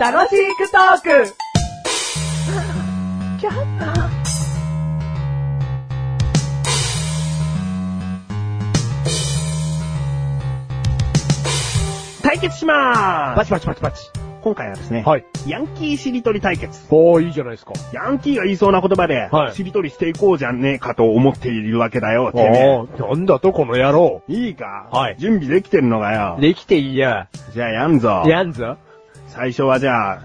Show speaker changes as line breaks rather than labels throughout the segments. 楽しくトーク
対決しま
バ
ーす
チバチバチバチ。
今回はですね、
はい。
ヤンキーしりとり対決。
おー、いいじゃないですか。
ヤンキーが言いそうな言葉で、
はい
しりとりしていこうじゃねえかと思っているわけだよ、てめ
おー、なんだとこの野郎。
え。いいか
はい
準備できてんのかよ。
できていいや。
じゃあやんぞ。
やんぞ。
最初はじゃあ、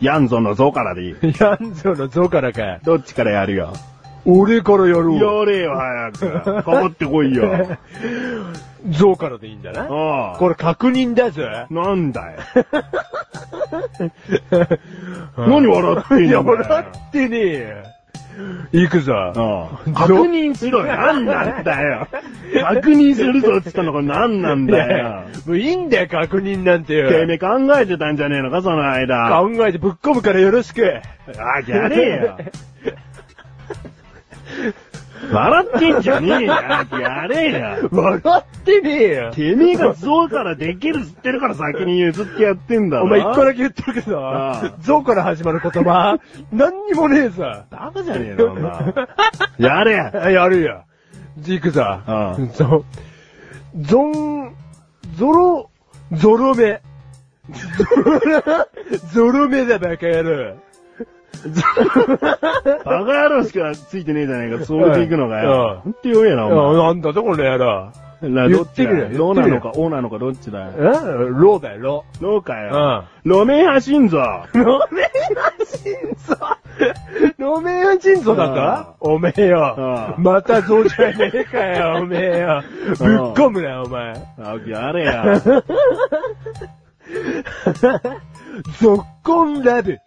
やんぞのぞからでいい。
やんぞのゾからか。
どっちからやるよ。
俺からやろ
やれよ、早く。かかってこい よ。
ゾからでいいんだな。
ああ。
これ確認だ ぜ。
なんだよ。何笑ってん
いや、
の
笑ってねえよ。行くぞ。
ああ
ど
確認しろよ。何なんだ よ。確認するぞって言ったのが何なん
い
だ
や
よ。
もういいんだよ、確認なんて
て
よ。
めえ考えてたんじゃねえのか、その間。あ
考えてぶっ込むからよろしく。
あ、やれ よ。笑ってんじゃねえよ。 やれよ。
笑ってねえよ。
てめえがゾウからできるっつってるから先に譲ってやってんだろ。
お前一個
だ
だけ言ってるけど
ああ、
ゾウから始まる 言葉、何にもねえさ。
バカじゃねえの、お前。やれよ。
やるよ。行くぞ
ああ。
ゾ、ゾン、ゾロ、ゾロ目。 ゾロ目だ、バカ野郎。
バカ野郎しかついてねえじゃねえか、そう言っていくのか
はいうん
よ。ほんと弱えな、お前。
あなんだとこの野郎。
などっちだ
言ってみろ
ロ
よ
なのか、オなのか、どっちだ
え
よ。
ローだよ、ロ
ロか
ー。
よ。。路面走んぞ。
ロメア心臓ロメア心臓だったおめえよ
あ。あ
また増じゃねえかよ、おめえよ。ぶっ込むな、お前。
青木、あれや。
ゾッコンラブ。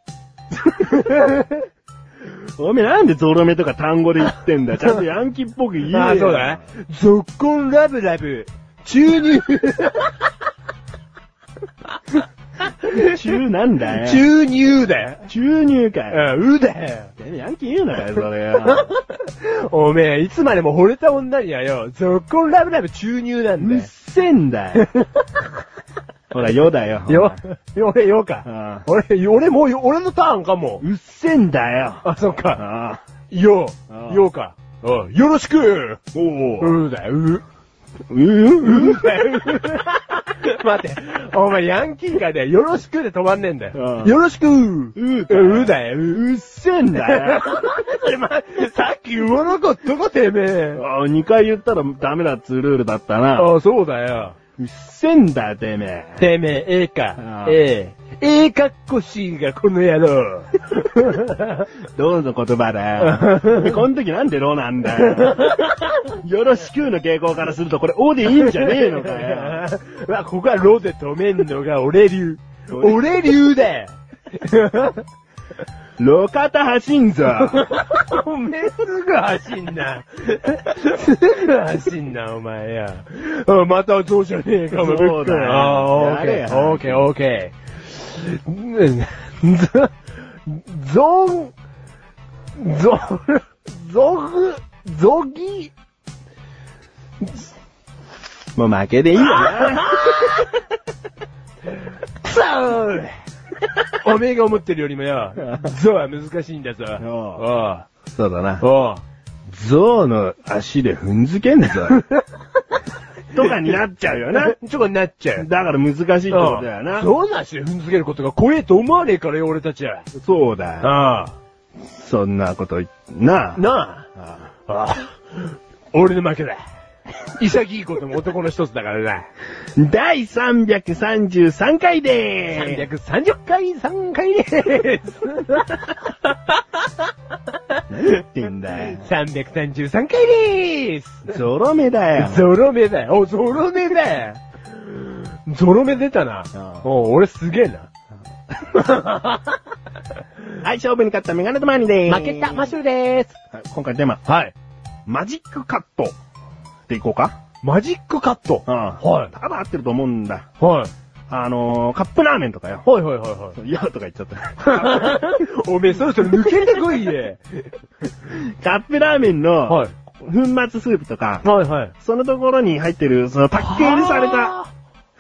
おめえなんでゾロ目とか単語で言ってんだよちゃんとヤンキーっぽく言えよ。
ああ、そうだね。ゾッコンラブラブ。注入。
中なんだよ。
注入だよ。
注入かよ。
うん、うだよ。
てめえヤンキー言うなかよ、それ よ。
おめえ、いつまでも惚れた女にはよ、ゾッコンラブラブ注入なん
う
だ
っ
よ。
せんだよ。ほら、よだよ。
よ、よ、俺、よか。
ああ。
俺、俺もう、俺のターンかも。
うっせんだよ。
あ、そっか。
ああ。
よ
ああ
う、ようか。おうよろしく
おお。
うーだよ、 う。
うううう。
だよ、う。待って、お前ヤンキーがね、よろしくで止まんねえんだ
あ
よ。
あ
よろしくう
うだよ
うだよ、う。
うっせんだよ。
それま、さっきうわなかったかてめえ。
ああ、二回言ったらダメだっつうルールだったな。
ああ、そうだよ。
うっせんだよ、てめえ。
てめえ、ええ
あ
か
あ。
ええ。ええかっこしいが、この野郎。
どうぞ言葉だ よ。でこの時なんでロなんだよ。よろしくの傾向からすると、これおでいいんじゃねえのかよ。
うわ、ここはロで止めんのが俺流。俺流だよ。
路肩走んぞ。
おめえすぐ走んな。すぐ走んな、お前や。あまたそうじゃねえかも。
そうだよ
ああ、オー
やれ
ケ
や
ー、オーケー、オーケー。 ゾ、ゾン、ゾ、ゾグ、ゾギ、
もう負けでいいよ な。
くそーおめえが思ってるよりも よ、ゾは難しいんだぞ。お
そうだな
う。。おう。
象の足で踏んづけんぞ。 とかになっちゃうよな。
ちょこになっちゃう。
だから難しいってことだよな。
ゾウなしで踏んづけることが怖えと思わねえからよ、俺たちは。
そうだよ。
ああ。
そんなこと言っなあ。
な
あ
あ。ああ俺の負けだ。潔いことも男の一つだからな。
第333回でー
330回、3回です
す何言ってんだよ。
333回でーす
ゾロ目だよ。
ゾロ目だよ。お、ゾロ目だよ。ゾロ目出たな
あ。あ
お、俺すげえな。
はい、勝負に勝ったメガネとマニでーす。
シュルでーす。
今回テーマ、
はい。
マジックカット。でいこうか。
マジックカット。
うん
はい。
多分合ってると思うんだ。
はい。
あのー、カップラーメンとかよ。
はいはいはいはい。
いやとか言っちゃった。
おめえそろそろ抜けてこいで。
カップラーメン
は
の
い、
粉末スープとか、
はいはい。
そのところに入ってる、そのパッケージされた、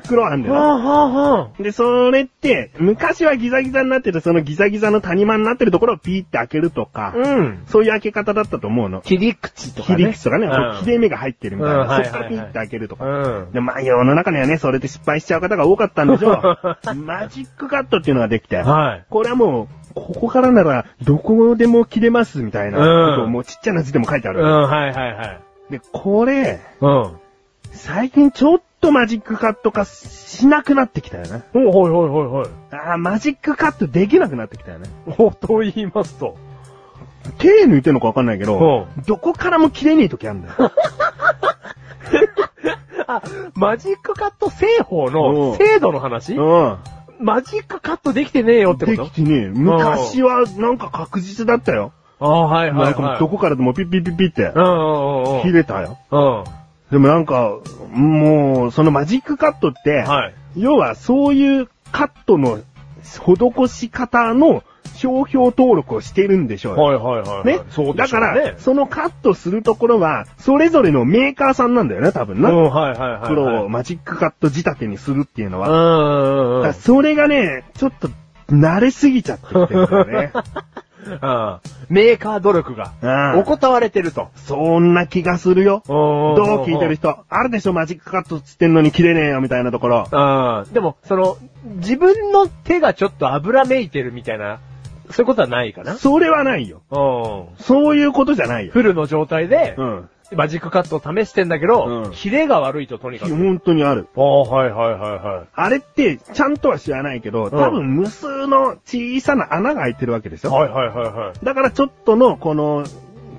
黒なんだ
は
よ
あ
な。
はあは
で、それって、昔はギザギザになってて、そのギザギザの谷間になってるところをピーって開けるとか
あ。、うん。
そういう開け方だったと思うの。
切り口とか
切
ね。
り口とかね、こう切れ目が入ってるみたい
うんは
な。
い
そっからピーって開けると
う
か。
ん。
で、まあ世の中にはね、それで失敗しちゃう方が多かったんでしょう。マジックカットっていうのができて、
はい。
これはもう、ここからなら、どこでも切れますみたいなことを、
うん
もうちっちゃな字でも書いてあ
うん、
る。
はいはいはい。
で、これ、
うん。
最近ちょっとマジックカット化しなくなってきたよね。
ほいほいほいほいほい。
ああ、マジックカットできなくなってきたよね。
ほと言いますと。
手抜いてんのかわかんないけど、どこからも切れねえ時あるんだよ。
あ、マジックカット製法
う
の
ん
精度の話マジックカットできてねえよって
で
こ
きてねえ。昔はなんか確実だったよ。
とあはい
なんかど
ど
こ
こ
からでもピッピッピッピッって
うんうんうん
切れたよ。
うん。
でもなんか、もう、そのマジックカットって、
はい。
要はそういうカットの施し方の商標登録をしてるんでしょうよ。
はいはいはいはい。
ね。
そうで
だ
しょ
か
うね
ら、そのカットするところは、それぞれのメーカーさんなんだよね、多分
う
な。
ん、はいはいはいはい。
プロをマジックカット仕立てにするっていうのは。
うんうんうんう
だ
ん。
からそれがね、ちょっと慣れすぎちゃってきてるんだよ ね。
うんメーカー努力が、
うん
怠われてると。
そんな気がするよ。
ど
どう聞いてる人、あるでしょ、マジックカットつってんのに切れねえよ、みたいなところ。
うん。でも、その、自分の手がちょっと油めいてるみたいな、そういうことはないかな。
それはないよ。
うん。
そういうことじゃないよ。
フルの状態で、
うん。
マジックカットを試してんだけど、
うん
キレが悪いととにかく。
本当にある。
ああ、はいはいはいはい。
あれって、ちゃんとは知らないけど、多分無数の小さな穴が開いてるわけでしょ。
はいはいはいはい。
だからちょっとの、この、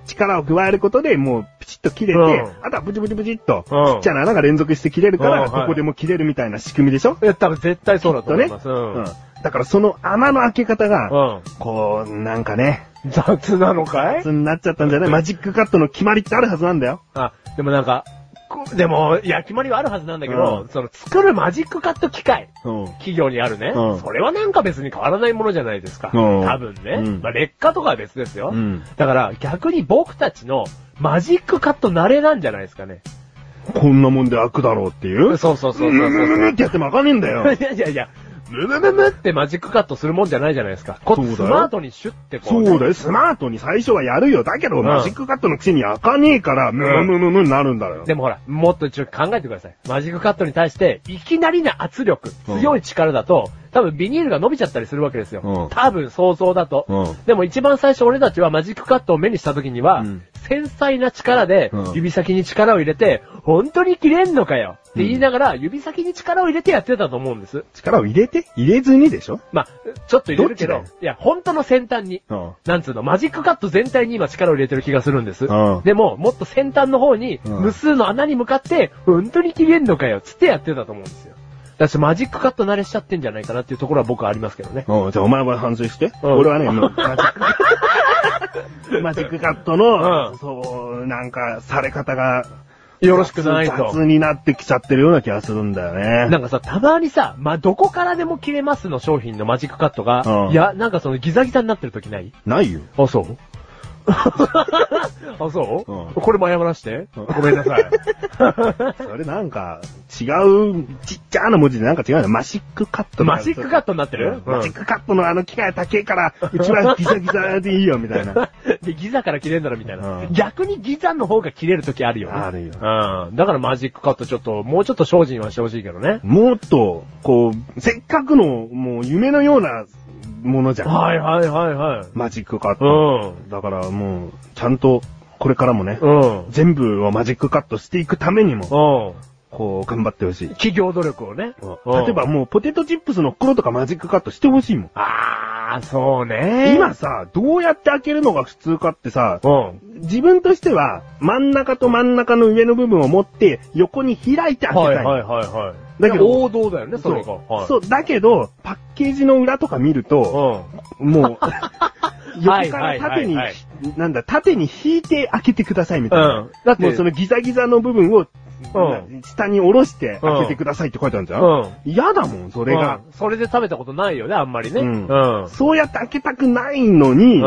力を加えることでもうピチッと切れて、
うん
あとはブチブチブチっと、
うん
ちっちゃな穴が連続して切れるから、
うんはい
ここでも切れるみたいな仕組みでしょ、
いや、多分絶対そうだと
と
思
ね、
います。
うんだからその穴の開け方が、
うん。
こう、なんかね、
うん。雑なのかい
雑になっちゃったんじゃないマジックカットの決まりってあるはずなんだよ。
あ、でもなんか、こでも、いや、決まりはあるはずなんだけど、
うん
その、作るマジックカット機械。
うん。
企業にあるね、
うん
それはなんか別に変わらないものじゃないですか。
うん
多分ね、
うん
まあ、劣化とかは別ですよ、
うん
だから逆に僕たちのマジックカット慣れなんじゃないですかね。
こんなもんで開くだろうっていう。
そうそうそうそうそう。
むむむむってやっても開かねえんだよ。
いやいやいや、ムムムムってマジックカットするもんじゃないじゃないですか。こ
そうだよ
スマートにシュッてこ、
そうう
ね。
だよ。スマートに最初はやるよ。だけど、
うん
マジックカットのくせに開かねえから、むむむむむになるんだよ。
でもほら、もっとちょっと考えてください。マジックカットに対して、いきなりな圧力、
うん
強い力だと、多分ビニールが伸びちゃったりするわけですよ。
うん
多分想像だと、
うん
でも一番最初俺たちはマジックカットを目にした時には、
うん
繊細な力で
うん、
指先に力を入れて、本当に切れんのかよって言いながら、指先に力を入れてやってたと思うんです。
力を入れて入れずにでしょ
まあ、ちょっと入れるけ
ど
ど
っちだ、
いや、本当の先端に。
うん。
なんつうの、マジックカット全体に今力を入れてる気がするんです。
うん
でも、もっと先端の方に、
うん
無数の穴に向かって、本当に切れんのかよ、つってやってたと思うんですよ。だし、マジックカット慣れしちゃってんじゃないかなっていうところは僕はありますけどね。
うん、じゃあお前は反省して。
うん
俺はね、 もうマジック、マジックカットの、
うん
そう、なんか、され方が、
よろしくないと。
雑になってきちゃってるような気がするんだよね。
なんかさ、たまにさ、まあ、どこからでも切れますの商品のマジックカットが、
うん
いや、なんかそのギザギザになってる時ない
ないよ。
あ、そう あ、そう、
うん
これも謝らして。
うん
ごめんなさい。
それなんか、違う、ちっちゃな文字でなんか違うよね。マシックカットとか
マジックカットになってる、
マジックカットのあの機械は高えから、うちはギザギザでいいよ、みたいな。
で、ギザから切れんだろみたいな。
うん
逆にギザの方が切れる時あるよね。
あるよ
うん。だからマジックカットちょっと、もうちょっと精進はしてほしいけどね。
もっと、こう、せっかくの、もう夢のようなものじゃん。
はいはいはいはい。
マジックカッ
う
ト。
ん。
だからもう、ちゃんと、これからもね、
うん。
全部をマジックカットしていくためにも、
うん。
こう、頑張ってほしい。
企業努力をね。うん
例えば、もう、ポテトチップスの袋とかマジックカットしてほしいもん。
あー、そうね。
今さ、どうやって開けるのが普通かってさ、
うん。
自分としては、真ん中と真ん中の上の部分を持って、横に開いて開けた
はいい
の。
はいはいはい。
だけど
王道だよね、それが。
そう
はい
そう、だけど、パッケージの裏とか見ると、
う
もう、横か
は
ら
いは
縦
いはい
に
はい、
なんだ、縦に引いて開けてくださいみたいな。
うんだって
もうそのギザギザの部分を、
う
下に下ろして開けてくださいって書いてあるじゃん。
ん。うん。
嫌だもん、それが
う。んそれで食べたことないよね、あんまりね。
うん
うん。う
そうやって開けたくないのに、
ん。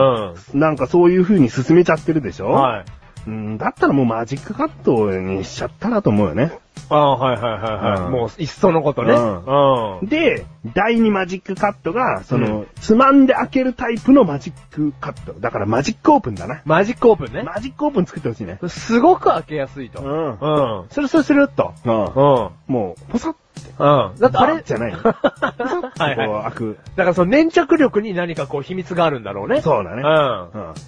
なんかそういう風に進めちゃってるでしょ
はい。
うんだったらもうマジックカットにしちゃったらと思うよね。
ああ、はいはいはいはい。
うん
もう、いっそのことね。
うん
うん
で、第2マジックカットが、その、
う
つまんで開けるタイプのマジックカット。だからマジックオープンだな。
マジックオープンね。
マジックオープン作ってほしいね。
すごく開けやすいと。
ん
う。ん。スルスルスルっと。
うん
う。ん。
もう、ポサッ
うん。だってあれ
じゃ ないの。
はいはい。
こう開く。
だからその粘着力に何かこう秘密があるんだろうね。
そうだ
う
ね。うん。
ん。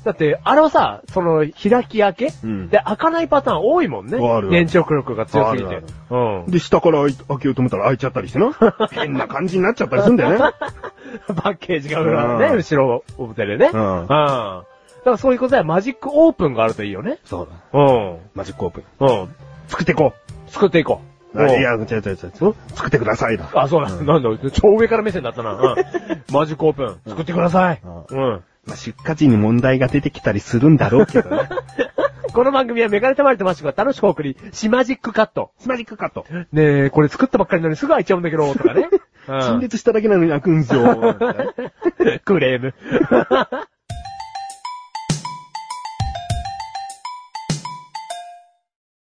だって、あれはさ、その、開き開け、
うん
で、開かないパターン多いもんね。
ある
粘着力が強すぎて。
ある
う ん。
で、下から開い開けようと思ったら開いちゃったり してな。変な感じになっちゃったりするんだよね。
パッケージが裏のね、
うん
後ろ表でね。
うん
だからそういうことでマジックオープンがあるといいよね。
そうだ。
うん。
マジックオープン。
うん。
作っていこ
作っていこう。
う。あ
うん
いや、違う違う違う。作ってくださいだ。
あ、そうだ。なんだ、超上から目線だったな。うん。 マジックオープン、作ってください。
う
うん。
まあ、出荷時に問題が出てきたりするんだろうけど ね。
この番組はメガネたまりとマシュが楽しくお送り、シマジックカット。
マジックカット。
ねえ、これ作ったばっかりなのにすぐ開いちゃうんだけ ど、とかね。
陳列しただけなのに開くんすよ。
クレーム。